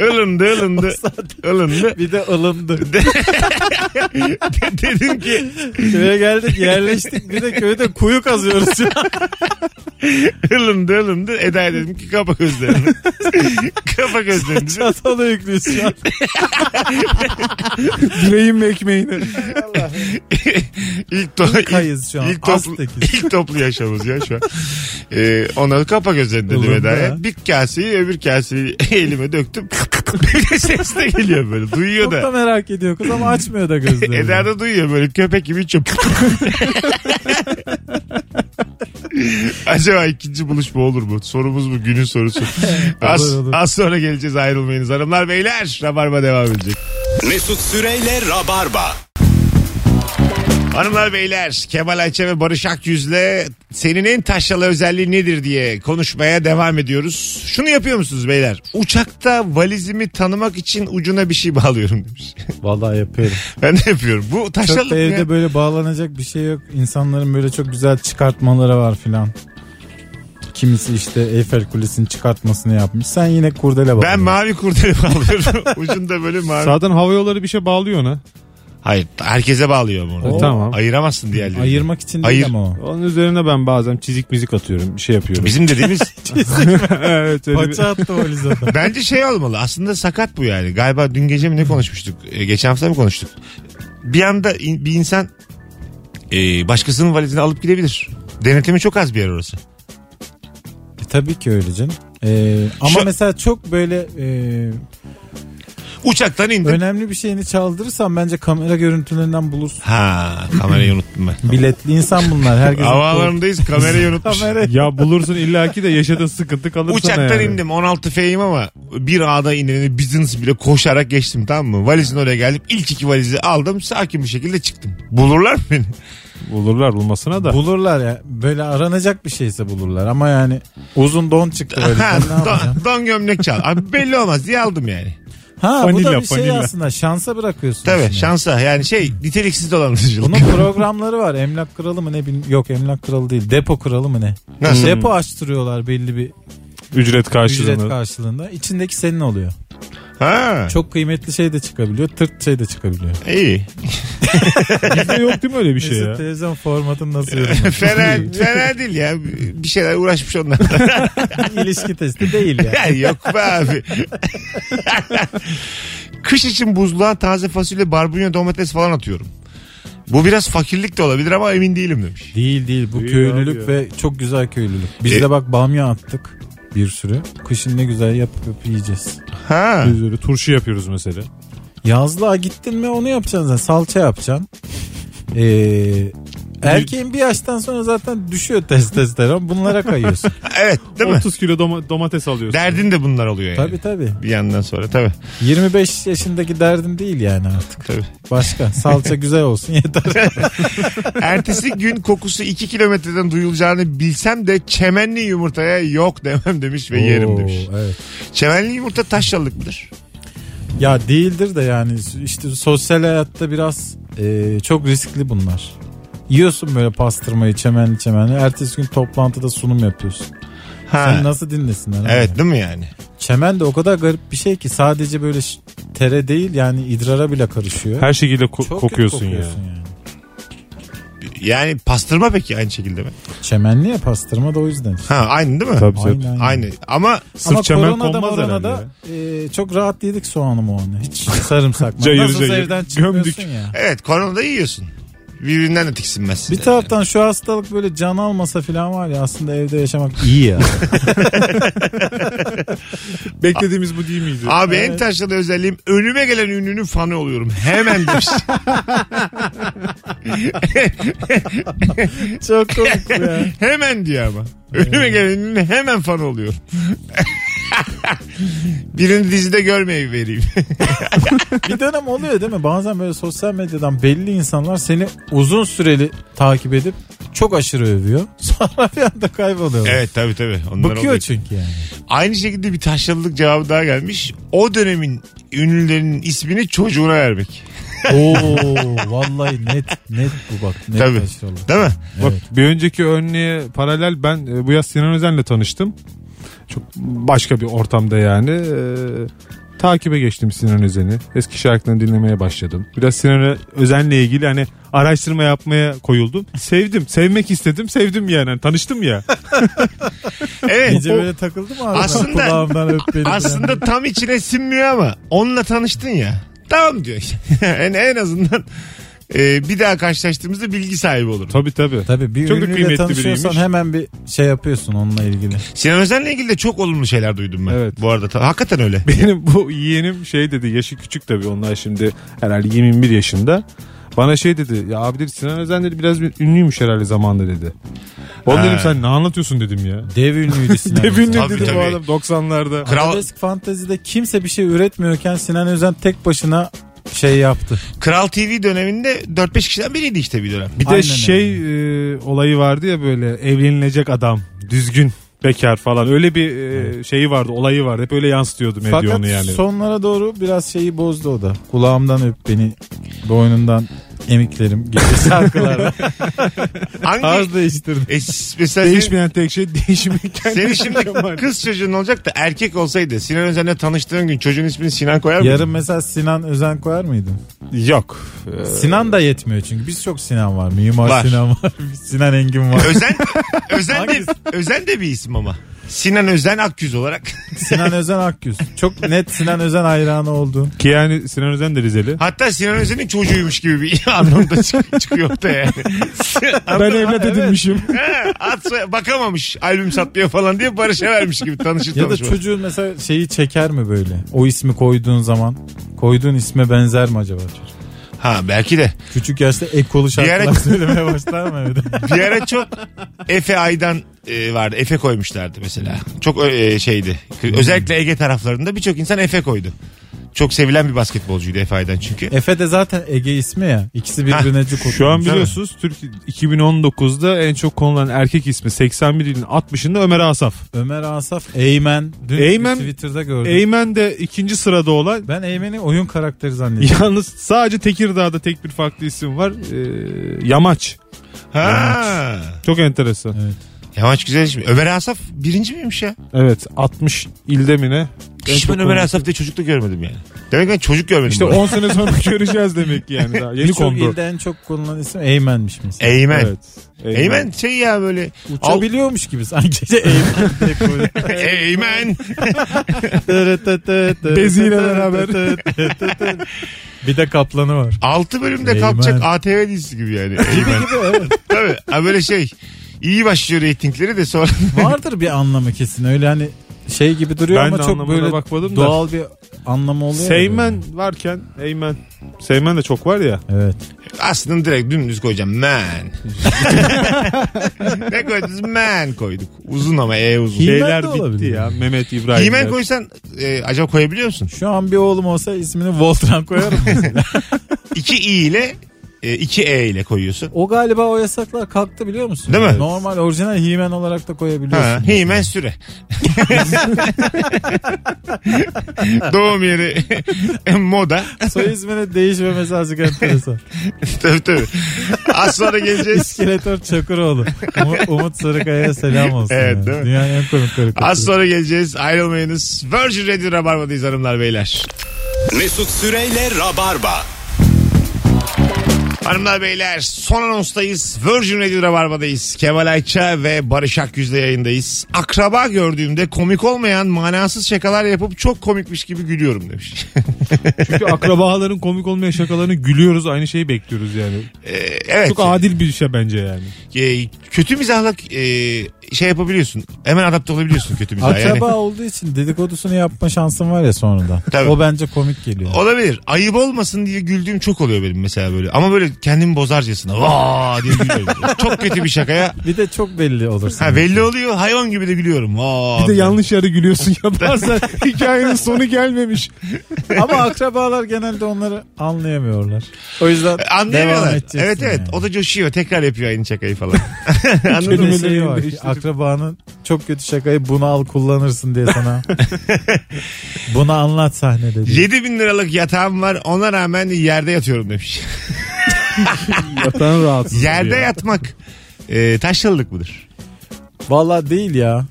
B: ılımdı ılımdı
C: [LAUGHS]
B: ılımdı.
C: Bir de ılımdı.
B: Dedim ki
C: Köye geldik yerleştik bir de köyde kuyu kazıyoruz ya.
B: ılımdı ılımdı. Eda'ya dedim ki kapa
C: [LAUGHS]
B: gözlerini. [LAUGHS] kapa gözlerini. dedim.
C: Çatalı yüklüyüz ya.
D: Direğin ve ekmeğini.
B: İlk, to
C: Kayız şu an.
B: ilk toplu, [LAUGHS]
C: Aztekiz.
B: ilk toplu yaşamız ya şu an. Ee, ona kapa gözlerini dedim
C: Oğlum
B: Eda'ya.
C: be.
B: Bir kaseyi öbür kaseyi elime döktüm. [LAUGHS] bir de ses de geliyor böyle. Duyuyor
C: Çok da
B: da.
C: merak ediyor kız ama açmıyor da
B: [LAUGHS]
C: gözlerini.
B: Eda da duyuyor böyle köpek gibi
C: [LAUGHS]
B: çöp. Acaba ikinci buluşma olur mu? Sorumuz bu günün sorusu. az,
C: Olur, olur.
B: az sonra geleceğiz ayrılmayınız hanımlar beyler. Rabarba devam edecek.
A: Mesut Süreyle Rabarba.
B: Hanımlar beyler Kemal Ayça ve Barış Akyüz'le senin en taşralı özelliği nedir diye konuşmaya devam ediyoruz. Şunu yapıyor musunuz beyler? Uçakta valizimi tanımak için ucuna bir şey bağlıyorum demiş.
C: Vallahi yapıyorum.
B: ben de yapıyorum. Bu
C: Çok da
B: taşralı
C: evde böyle bağlanacak bir şey yok. İnsanların böyle çok güzel çıkartmaları var filan. Kimisi işte Eyfel Kulesi'nin çıkartmasını yapmış. Sen yine kurdele bak.
B: Ben mavi kurdele [LAUGHS] bağlıyorum. Ucunda böyle mavi.
D: Sağdan hava yolları bir şey bağlıyor ona.
B: Hayır herkese bağlıyor bunu.
D: E, tamam.
B: Ayıramazsın diğerleri.
C: Ayırmak için
B: Ayır.
C: değil ama o.
D: Onun üzerine ben bazen çizik müzik atıyorum. Bir şey yapıyorum.
B: Bizim dediğimiz
D: [LAUGHS]
B: [LAUGHS]
D: evet, öyle bir-
C: Paça attı o Liza'da.
B: Bence şey olmalı. Aslında sakat bu yani. Galiba dün gece mi ne konuşmuştuk? E, geçen hafta mı konuştuk? Bir anda in- bir insan e, başkasının valizini alıp gidebilir. Denetimi çok az bir yer orası.
C: E, tabii ki öyle canım. Ee, ama
B: Şu-
C: mesela çok böyle e,
B: Uçaktan indim.
C: önemli bir şeyini çaldırırsan bence kamera görüntülerinden bulursun.
B: Ha kamerayı unuttum ben.
C: Biletli insan bunlar. Herkesin
B: Havaalanındayız kamerayı
D: [LAUGHS]
B: unutmuş.
C: Kamera.
D: [LAUGHS] Ya bulursun illaki de yaşadığın sıkıntı kalır sana
B: Uçaktan
D: yani.
B: indim 16 F'yim ama bir A'da ineni business bile koşarak geçtim tamam mı? Valizin oraya geldim. İlk iki valizi aldım sakin bir şekilde çıktım. Bulurlar mı beni?
D: Bulurlar bulmasına da.
C: Bulurlar ya. Böyle aranacak bir şeyse bulurlar ama yani uzun don çıktı böyle.
B: [LAUGHS] Ha,
C: Ben ne yapacağım?
B: don, don gömlek çal. Abi belli olmaz diye aldım yani.
C: Ha bu da
D: Vanilla,
C: bir şey
D: vanilla.
C: aslında şansa bırakıyorsun.
B: Tabii
C: işini.
B: şansa yani şey niteliksiz dolandırıcılık.
C: Bunun programları var. Emlak kralı mı ne bilmiyorum. Yok emlak kralı değil. Depo kralı mı ne?
B: Nasıl?
C: Depo açtırıyorlar belli bir
D: Ücret karşılığında.
C: ücret karşılığında. İçindeki senin oluyor.
B: Ha. Çok
C: Çok kıymetli şey de çıkabiliyor. Tırt şey de çıkabiliyor.
B: iyi.
D: [LAUGHS] Bizde yok değil mi öyle bir şey
C: Neyse,
D: ya?
C: televizyon formatını
B: [LAUGHS]
C: nasıl yorumlar?
B: fena, fena değil ya. Bir şeyler uğraşmış onlar.
C: İlişki testi değil ya.
B: [LAUGHS] Ya Yok be abi. Kış için buzluğa taze fasulye, barbunya, domates falan atıyorum. Bu biraz fakirlik de olabilir ama emin değilim demiş.
C: Değil değil bu
D: Değil
C: köylülük
D: abi
C: ve çok güzel köylülük. Biz
B: E-
C: de bak bamya attık bir sürü. Kışın ne güzel yapıp yapıp yiyeceğiz.
B: Ha.
D: Biz öyle turşu yapıyoruz mesela.
C: Yazlığa gittin mi onu yapacaksın zaten. Salça yapacaksın. Ee, erkeğin bir yaştan sonra zaten düşüyor testosteron.
B: [LAUGHS]
C: Bunlara kayıyorsun.
B: Evet değil mi?
D: 30 kilo doma- domates alıyorsun.
B: Derdin de bunlar oluyor yani.
C: tabii tabii.
B: Bir yandan sonra tabii.
C: 25 yaşındaki derdim değil yani artık.
B: tabii.
C: Başka.
B: [LAUGHS]
C: Salça güzel olsun yeter.
B: Ertesi gün kokusu 2 kilometreden duyulacağını bilsem de çemenli yumurtaya yok demem demiş ve yerim
C: Oo,
B: demiş.
C: evet.
B: Çemenli yumurta taşralık mıdır?
C: Ya değildir de yani işte sosyal hayatta biraz e, çok riskli bunlar. Yiyorsun böyle pastırmayı çemenli çemenli. Ertesi gün toplantıda sunum yapıyorsun.
B: Ha.
C: Sen nasıl dinlesinler? abi?
B: Evet değil mi yani?
C: Çemen de o kadar garip bir şey ki sadece böyle ş- tere değil yani idrara bile karışıyor.
D: Her şekilde ko-
C: Çok kötü
D: kokuyorsun, ya.
C: yani.
B: Yani pastırma peki aynı şekilde mi?
C: Çemenli ya pastırma da o yüzden.
B: Ha aynı değil mi?
D: Tabii tabii.
C: Aynen.
B: Aynı. Ama
D: Sırf
C: Ama
D: çemen
C: koronada
D: konmaz herhalde.
C: moronada e, çok rahat yedik soğanı muanı.
D: [LAUGHS]
C: Hiç sarımsak. mı?
D: Cayır
C: Nasıl
D: cayır.
C: evden çıkmıyorsun
D: Gömdük.
C: ya.
B: evet koronada yiyorsun. Birbirinden de tiksinmezsin.
C: Bir taraftan şu hastalık böyle can almasa falan var ya aslında evde
D: [LAUGHS]
C: yaşamak iyi ya.
D: Beklediğimiz bu değil miydi?
B: Abi en taşralı özelliğim önüme gelen ünlünün fanı oluyorum. Hemen demiş.
C: [LAUGHS] çok komik ya.
B: [CLEARS THROAT] hemen diyor ama. Önüme gelen ünlünün hemen fanı oluyorum. [LAUGHS] Birini dizide görmeyi vereyim.
C: Bir dönem oluyor değil mi? Bazen böyle sosyal medyadan belli insanlar seni uzun süreli takip edip çok aşırı övüyor. [LAUGHS] Sonra bir anda kayboluyorlar.
B: evet tabii tabii. Onlar
C: Bıkıyor
B: oluyor.
C: çünkü yani.
B: Aynı şekilde bir taşralılık cevabı daha gelmiş. O dönemin ünlülerinin ismini çocuğuna vermek.
C: Oo vallahi net net bu bak. Net
D: [LAUGHS]
B: Tabii.
C: aşırı.
B: Değil mi?
D: Bak
C: Evet.
D: bir önceki örneğe paralel ben e, bu yaz Sinan Özen'le tanıştım. Çok başka bir ortamda yani. E, takibe geçtim Sinan Özen'i. Eski şarkılarını dinlemeye başladım. Biraz Sinan Özen'le ilgili hani araştırma yapmaya koyuldum. Sevdim. Sevmek istedim. Sevdim yani. Hani tanıştım ya.
B: Evet.
C: Gece böyle takıldı mı abi?
B: Aslında-
C: Kulağımdan öp beni.
B: Aslında tam içine sinmiyor ama onunla tanıştın ya. Tamam diyor. [LAUGHS] en, en azından e, bir daha karşılaştığımızda bilgi sahibi olurum.
D: tabii tabii.
C: Tabii bir
D: Çok da
C: ünlüyle
D: kıymetli
C: tanışıyorsan
D: biriymiş.
C: hemen bir şey yapıyorsun onunla ilgili.
B: Sinan Özen'le ilgili de çok olumlu şeyler duydum ben.
D: Evet.
B: Bu arada ta- hakikaten öyle.
D: Benim bu yeğenim şey dedi. Yaşı küçük tabii. Onlar şimdi herhalde 21 yaşında. Bana şey dedi. Ya abi dedi Sinan Özen dedi biraz bir ünlüymüş herhalde zamanda dedi. Oğlum dedim
B: Ha.
D: sen ne anlatıyorsun dedim ya.
C: Dev ünlüydü Sinan
D: Dev ünlü
C: Özen.
B: Tabii,
D: dedi
B: tabii.
D: bu adam 90'larda.
B: Kral,
C: Arabesk fantezide kimse bir şey üretmiyorken Sinan Özen tek başına şey yaptı.
B: Kral TV döneminde 4-5 kişiden biriydi işte bir dönem.
D: Bir de
C: Aynen
D: şey e, olayı vardı ya böyle evlenilecek adam düzgün bekar falan öyle bir e, şeyi vardı olayı vardı hep öyle yansıtıyordu medyonu
C: Fakat
D: yani.
C: sonlara doğru biraz şeyi bozdu o da. Kulağımdan öp beni, boynundan emiklerim gibi
D: [LAUGHS]
C: şarkılarda.
B: Hangi,
C: Az değiştirdi.
B: e, s- mesela
C: [LAUGHS]
B: senin,
D: Değişmeyen tek şey [LAUGHS] değişmek
B: senin şimdi kız çocuğun olacak da erkek olsaydı Sinan Özen'le tanıştığın gün çocuğun ismini Sinan koyar mıydın?
C: Yarın mesela Sinan Özen koyar mıydın?
D: yok. Ee,
C: Sinan da yetmiyor çünkü. Biz çok Sinan var. Mimar
B: Var.
C: Sinan
D: [LAUGHS]
C: var. Sinan Engin var. [LAUGHS]
B: Özen, Özen, de, Özen de bir isim ama. Sinan Özen Akgüz olarak. [LAUGHS]
C: Sinan Özen Akgüz. Çok net Sinan Özen hayranı oldun.
D: Ki yani Sinan Özen de Rizeli.
B: Hatta Sinan Özen'in çocuğuymuş gibi bir [LAUGHS] anlamda çık- çıkıyor da yani.
D: Ben evlat edinmişim.
B: [LAUGHS] Ha, at soy- bakamamış albüm satmıyor falan diye Barış'a vermiş gibi tanışır
C: Ya da
B: tanışmaz.
C: çocuğun mesela şeyi çeker mi böyle? O ismi koyduğun zaman. Koyduğun isme benzer mi acaba çocuk?
B: Ha belki de.
C: Küçük yaşta ekolu şarkılar
B: ara-
C: söylemeye başlar mı
D: [LAUGHS]
C: evde?
B: Bir ara çok Efe Aydan e, vardı. Efe koymuşlardı mesela. Çok e, şeydi. Özellikle Ege taraflarında birçok insan Efe koydu. Çok sevilen bir basketbolcuydu Efe Aydan çünkü.
C: Efe de zaten Ege ismi ya. İkisi birbirine cuk
D: Şu an
C: oturmuş.
D: biliyorsunuz Türk 2019'da en çok konulan erkek ismi 81 ilin 60'ında Ömer Asaf.
C: Ömer Asaf, Eymen. Dün
D: Eymen-
C: Twitter'da gördüm.
D: Eymen de ikinci sırada olan
C: ben Eymen'i oyun
D: [LAUGHS]
C: karakteri zannediyorum.
D: yalnız sadece Tekirdağ'da tek bir farklı isim var. Ee, Yamaç.
B: Ha.
D: Çok enteresan.
B: Yamaç güzel isim. Ömer Asaf birinci miymiş ya?
D: Evet 60 ilde mi ne? En
B: Hiç
D: çok
B: ben Ömer
D: konuşulan-
B: Asaf diye çocukluk görmedim yani. Demek ben çocuk görmedim.
D: İşte
B: bu arada.
D: 10 sene sonra [LAUGHS] göreceğiz demek ki yani. Daha yeni
C: Birçok
D: kondu.
C: ilde en çok kullanılan isim Eymen'miş mesela.
B: Eymen.
D: Evet.
B: Eymen şey ya böyle. Al-
C: Uçabiliyormuş gibi sanki. [LAUGHS] Eymen diye koyuyor.
B: [LAUGHS] Eymen.
D: [LAUGHS] Beziyle beraber.
C: Bir de kaplanı var.
B: 6 bölümde
C: Eymen.
B: kalkacak ATV dizisi gibi yani. Eymen. Tabii. Ha böyle şey. İyi başlıyor reytingleri de sonra.
C: Vardır bir anlamı kesin. Öyle hani şey gibi duruyor
D: Ben de
C: ama çok
D: anlamına
C: böyle
D: bakmadım da.
C: doğal bir anlamı oluyor. ya böyle.
D: [LAUGHS] Seymen varken Eymen. Seymen de çok var ya.
C: Evet.
B: Aslında direkt dümdüz koyacağım. Man. ne koydunuz? Man koyduk. Uzun ama E uzun.
C: He-Man
D: Beyler
C: de
D: bitti
C: olabilir.
D: ya. Mehmet İbrahim.
B: He-Man koysan e, acaba koyabiliyor musun?
C: Şu an bir oğlum olsa ismini Voltran koyarım. mesela.
B: 2 I ile e, 2 E ile koyuyorsun.
C: [LAUGHS] o galiba o yasaklar kalktı biliyor musun?
B: Değil mi?
C: Normal orijinal Himen olarak da koyabiliyorsun.
B: Ha, He-Man süre. Doğum yeri [LAUGHS] moda. [LAUGHS]
C: Soy isminin değişmemesi azıcık enteresan.
B: tabii tabii. Az sonra geleceğiz.
C: İskeletor Çakıroğlu. Umut, Umut Sarıkaya'ya selam olsun.
B: Evet,
C: yani.
B: değil mi?
C: Dünyanın en komik karikatürü.
B: Az sonra geleceğiz. Ayrılmayınız. Virgin Radio Rabarba'dayız hanımlar beyler.
A: Mesut Süreyle Rabarba.
B: Hanımlar beyler son anonstayız. Virgin Radio Rabarba'dayız. Kemal Ayça ve Barış Akgüz'le yayındayız. Akraba gördüğümde komik olmayan manasız şakalar yapıp çok komikmiş gibi gülüyorum demiş. [LAUGHS]
D: Çünkü akrabaların komik olmayan şakalarını gülüyoruz. Aynı şeyi bekliyoruz yani.
B: Ee, evet.
D: Çok adil bir şey bence yani.
B: Ee, kötü mizahla e, şey yapabiliyorsun. Hemen adapte olabiliyorsun kötü mizaha. Yani-
C: Akraba olduğu için dedikodusunu yapma şansın var ya sonradan.
B: Tabii.
C: O bence komik geliyor.
B: Olabilir. Ayıp olmasın diye güldüğüm çok oluyor benim mesela böyle. Ama böyle kendimi bozarcasına vaa diye gülüyorum. çok kötü bir şakaya.
C: Bir de çok belli olur.
B: Ha, belli oluyor. Hayvan gibi de gülüyorum. Vaa.
D: Bir de yanlış yere gülüyorsun [LAUGHS] ya bazen hikayenin sonu gelmemiş.
C: [LAUGHS] Ama akrabalar genelde onları anlayamıyorlar. O yüzden devam
B: Anlayamıyorlar.
C: edeceksin
B: Evet evet.
C: yani.
B: O da coşuyor. Tekrar yapıyor aynı şakayı
C: [LAUGHS]
B: falan.
C: Bir de
B: Anladın mı?
D: Kelimeleri
C: şeyi var.
D: değiştirip-
C: Akrabanın çok kötü şakayı bunu al kullanırsın
B: [LAUGHS]
C: diye sana. bunu anlat sahnede. diye.
B: 7 bin liralık yatağım var ona rağmen yerde yatıyorum demiş.
D: Yatağın rahatsız.
B: Yerde yatmak e, taşralık mıdır?
C: Valla değil ya.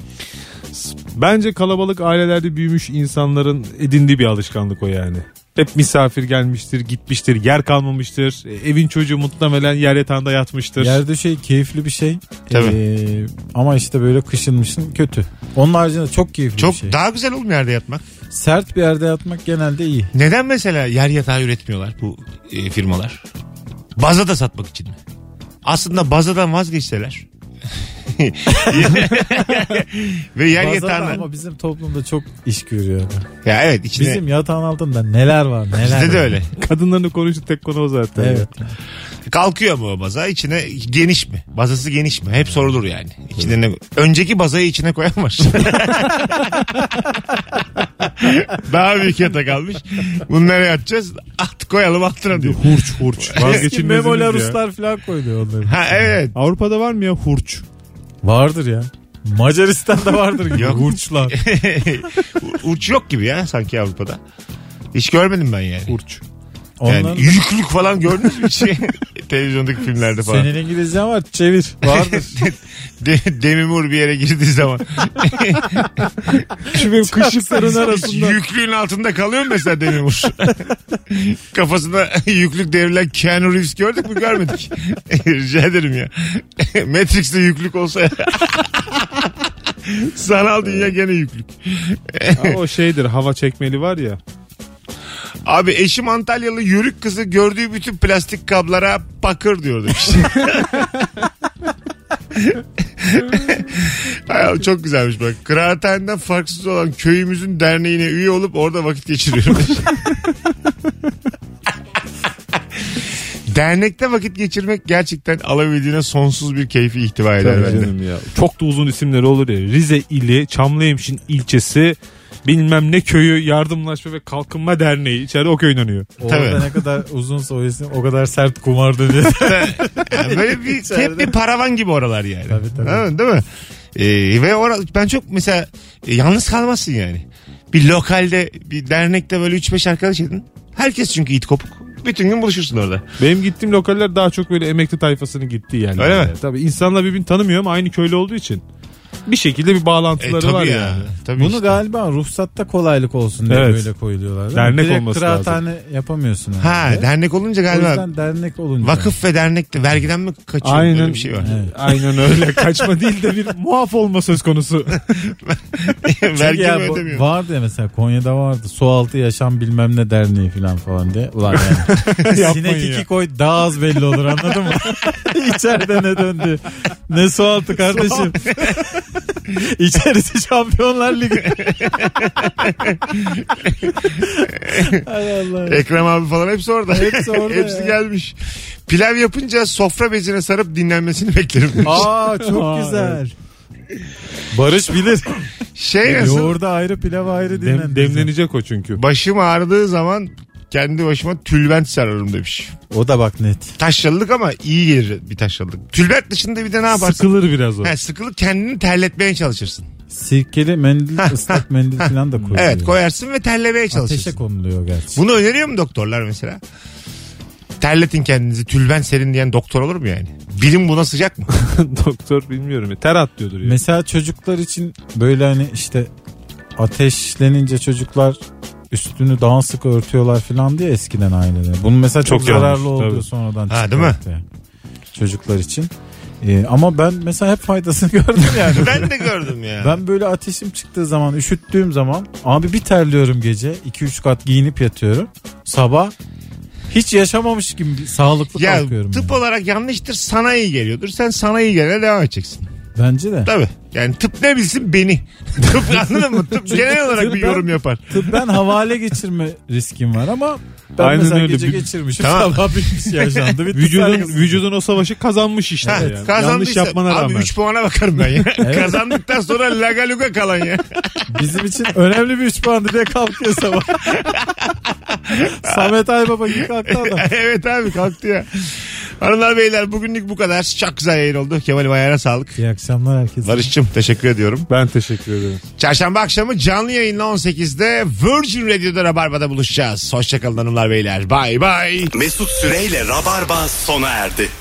D: Bence kalabalık ailelerde büyümüş insanların edindiği bir alışkanlık o yani. Hep misafir gelmiştir, gitmiştir, yer kalmamıştır. E, Evin çocuğu muhtemelen yer yatağında yatmıştır.
C: Yer döşeği keyifli bir şey.
B: Tabii.
C: Ee, ama işte böyle kışınmışsın kötü. Onun haricinde çok keyifli
B: Çok
C: bir şey.
B: daha güzel oğlum yerde yatmak.
C: Sert bir yerde yatmak genelde iyi.
B: Neden mesela yer yatağı üretmiyorlar bu e, firmalar? Baza da satmak için mi? Aslında bazadan vazgeçseler. [LAUGHS] Ve yer
C: Bazen de
B: yatağına.
C: ama bizim toplumda çok iş görüyor.
B: Ya evet içine.
C: Bizim yatağın altında neler var neler.
B: Bizde de
C: var.
B: öyle.
D: Kadınların konuştuğu tek konu o zaten.
C: Evet.
B: Kalkıyor mu o baza? İçine geniş mi? Bazası geniş mi? Hep sorulur yani. İçine ne- Önceki bazayı içine koyan var. [LAUGHS] Daha büyük yatak almış. Bunlara yatacağız. At koyalım altına diyor.
D: Hurç hurç.
C: Eski
D: Vazgeçilmezimiz
C: Memo'la
D: ya.
C: Ruslar falan koydu onları.
B: Ha evet.
D: Avrupa'da var mı ya hurç?
C: Vardır ya. Macaristan'da vardır [LAUGHS] gibi.
B: Yok.
C: Hurçlar.
B: Uç yok gibi ya sanki Avrupa'da. Hiç görmedim ben yani.
D: Hurç.
C: Onların
B: Yani yüklük falan gördünüz mü hiç? [LAUGHS] Televizyondaki filmlerde falan.
C: senin İngilizcen var çevir.
D: [LAUGHS]
C: Vardır.
B: De- Demimur bir yere girdiği zaman.
D: Şu benim kışıkların arasında.
B: Yüklüğün altında kalıyor mu mesela Demimur? [LAUGHS] Kafasına yüklük devrilen Keanu Reeves gördük mü görmedik. [LAUGHS] Rica ederim ya. [LAUGHS] Matrix'te yüklük olsa [LAUGHS] Sanal dünya gene yüklük.
D: Ama o şeydir hava çekmeli var ya.
B: Abi eşim Antalyalı yörük kızı gördüğü bütün plastik kablara bakır diyordu
D: [LAUGHS]
B: Hay Allah, çok güzelmiş bak. Kıraathaneden farksız olan köyümüzün derneğine üye olup orada vakit
D: [LAUGHS]
B: geçiriyorum. demiş. Dernekte vakit geçirmek gerçekten alabildiğine sonsuz bir keyfi ihtiva eder
D: Tabii
B: bende.
D: canım ya. Çok da uzun isimleri olur ya. Rize ili, Çamlıhemşin ilçesi, bilmem ne köyü, yardımlaşma ve kalkınma derneği. İçeride o köyün önüyor.
C: Orada
B: Tabii.
C: ne kadar uzunsa o isim o kadar sert kumar dönüyor.
B: Yani böyle bir, hep
C: İçeride.
B: bir paravan gibi oralar yani.
C: Tabii, tabii.
B: Anladın, değil mi? Ee, ve ora, ben çok mesela e, yalnız kalmazsın yani. Bir lokalde bir dernekte böyle 3-5 arkadaş edin. Herkes çünkü it kopuk. Bütün gün buluşursun orada.
D: Benim gittiğim lokaller daha çok böyle emekli tayfasının gittiği yerler.
B: Öyle mi?
D: Tabii insanla birbirini tanımıyorum aynı köylü olduğu için. Bir şekilde bir
B: E,
D: bağlantıları
B: tabii
D: var
B: ya.
D: yani.
B: Tabii
C: [LAUGHS] Bunu
B: işte.
C: galiba ruhsatta kolaylık olsun diye
D: Evet.
C: böyle koyuluyorlar. değil mi?
D: Dernek
C: Direkt
D: olması
C: kıraathane yapamıyorsun.
B: Ha
C: herhalde.
B: dernek olunca
C: O
B: galiba
C: yüzden dernek olunca.
B: vakıf ve dernekte vergiden mi kaçıyor? Aynen.
D: Aynen.
B: bir şey
C: [LAUGHS]
B: var.
C: Evet.
D: Aynen öyle [LAUGHS] kaçma değil de bir muaf olma söz [LAUGHS] konusu.
B: [LAUGHS] Vergi
C: Çünkü ya
B: mi
C: bu-
B: ödemiyor?
C: vardı ya mesela Konya'da vardı. Sualtı yaşam bilmem ne derneği falan falan diye. Ulan yani.
D: Yapmayın
C: Sinek
D: ya.
C: iki koy daha az belli olur anladın mı? [LAUGHS] İçeride ne döndü? Ne sualtı kardeşim? [LAUGHS] İçerisi Şampiyonlar Ligi. Hay Allah.
B: Ekrem abi falan hepsi orada. [LAUGHS] Hepsi,
C: orada ya.
B: gelmiş. Pilav yapınca sofra bezine sarıp dinlenmesini beklerim. demiş.
C: Aa
D: Aa,
C: çok güzel. Barış bilir.
B: şey nasıl?
C: Yoğurda ayrı pilav
D: [LAUGHS]
C: ayrı
D: Dem-
C: dinlen.
D: demlenecek o çünkü.
B: Başım ağrıdığı zaman kendi başıma tülbent sararım demiş.
C: O da bak net.
B: Taşralık ama iyi gelir bir taşralık. Tülbent dışında bir de ne yaparsın?
D: Sıkılır biraz o.
B: Ha, sıkılıp kendini terletmeye çalışırsın.
C: Sirkeli mendil, ıslak mendil falan da koyuyor.
B: Evet koyarsın ve terlemeye
C: Hmm. Ateşe
B: çalışırsın.
C: konuluyor gerçi.
B: Bunu öneriyor mu doktorlar mesela? Terletin kendinizi tülbent serin diyen doktor olur mu yani? Bilim buna sıcak mı?
D: [LAUGHS] Doktor bilmiyorum. ya. Ter atlıyordur ya.
C: Mesela çocuklar için böyle hani işte ateşlenince çocuklar üstünü daha sık örtüyorlar falan diye eskiden ailede. Bunun mesela çok,
D: Çok yanlış,
C: zararlı olduğu
D: tabii.
C: sonradan
B: Ha,
C: çıktı
B: değil mi?
C: ortaya. Çocuklar için. Ee, ama ben mesela hep faydasını [LAUGHS] gördüm [LAUGHS] yani.
B: ben de gördüm ya.
C: Ben böyle ateşim çıktığı zaman, üşüttüğüm zaman abi bir terliyorum gece. 2-3 kat giyinip yatıyorum. Sabah hiç yaşamamış gibi sağlıklı
B: ya
C: kalkıyorum.
B: tıp
C: yani.
B: olarak yanlıştır sana iyi geliyordur. Sen sana iyi gelene devam edeceksin.
C: Bence de.
B: Tabii. Yani tıp ne bilsin beni. [LAUGHS] tıp anladın mı?
C: [LAUGHS]
B: Tıp genel olarak bir yorum yapar.
C: Tıbben havale geçirme riskim var ama ben
D: Aynen
C: mesela
D: öyle.
C: gece
D: Bir-
C: geçirmişim.
B: Tamam.
C: Sabah bitmiş yaşandı. Bitti
D: Vücudun,
C: saygısızlık.
D: vücudun o savaşı kazanmış işte.
B: Ha,
D: yani. Yanlış
B: kazandıysa
D: yapmana
B: abi
D: rağmen.
B: 3 puana bakarım
D: [LAUGHS]
B: ben ya. Kazandıktan sonra laga luga kalan ya.
C: [LAUGHS] Bizim için önemli bir 3 puandı diye kalkıyor
D: [LAUGHS]
C: sabah. Samet Aybaba gibi kalktı adam.
B: [LAUGHS] evet abi kalktı ya. Hanımlar beyler bugünlük bu kadar. Çok güzel yayın oldu. Kemal Bayar'a sağlık.
C: İyi akşamlar herkese.
B: Barış'cığım teşekkür ediyorum.
D: Ben teşekkür ederim.
B: Çarşamba akşamı canlı yayınla 18'de Virgin Radio'da Rabarba'da buluşacağız. Hoşçakalın hanımlar beyler. Bay bay.
A: Mesut Süreyle Rabarba sona erdi.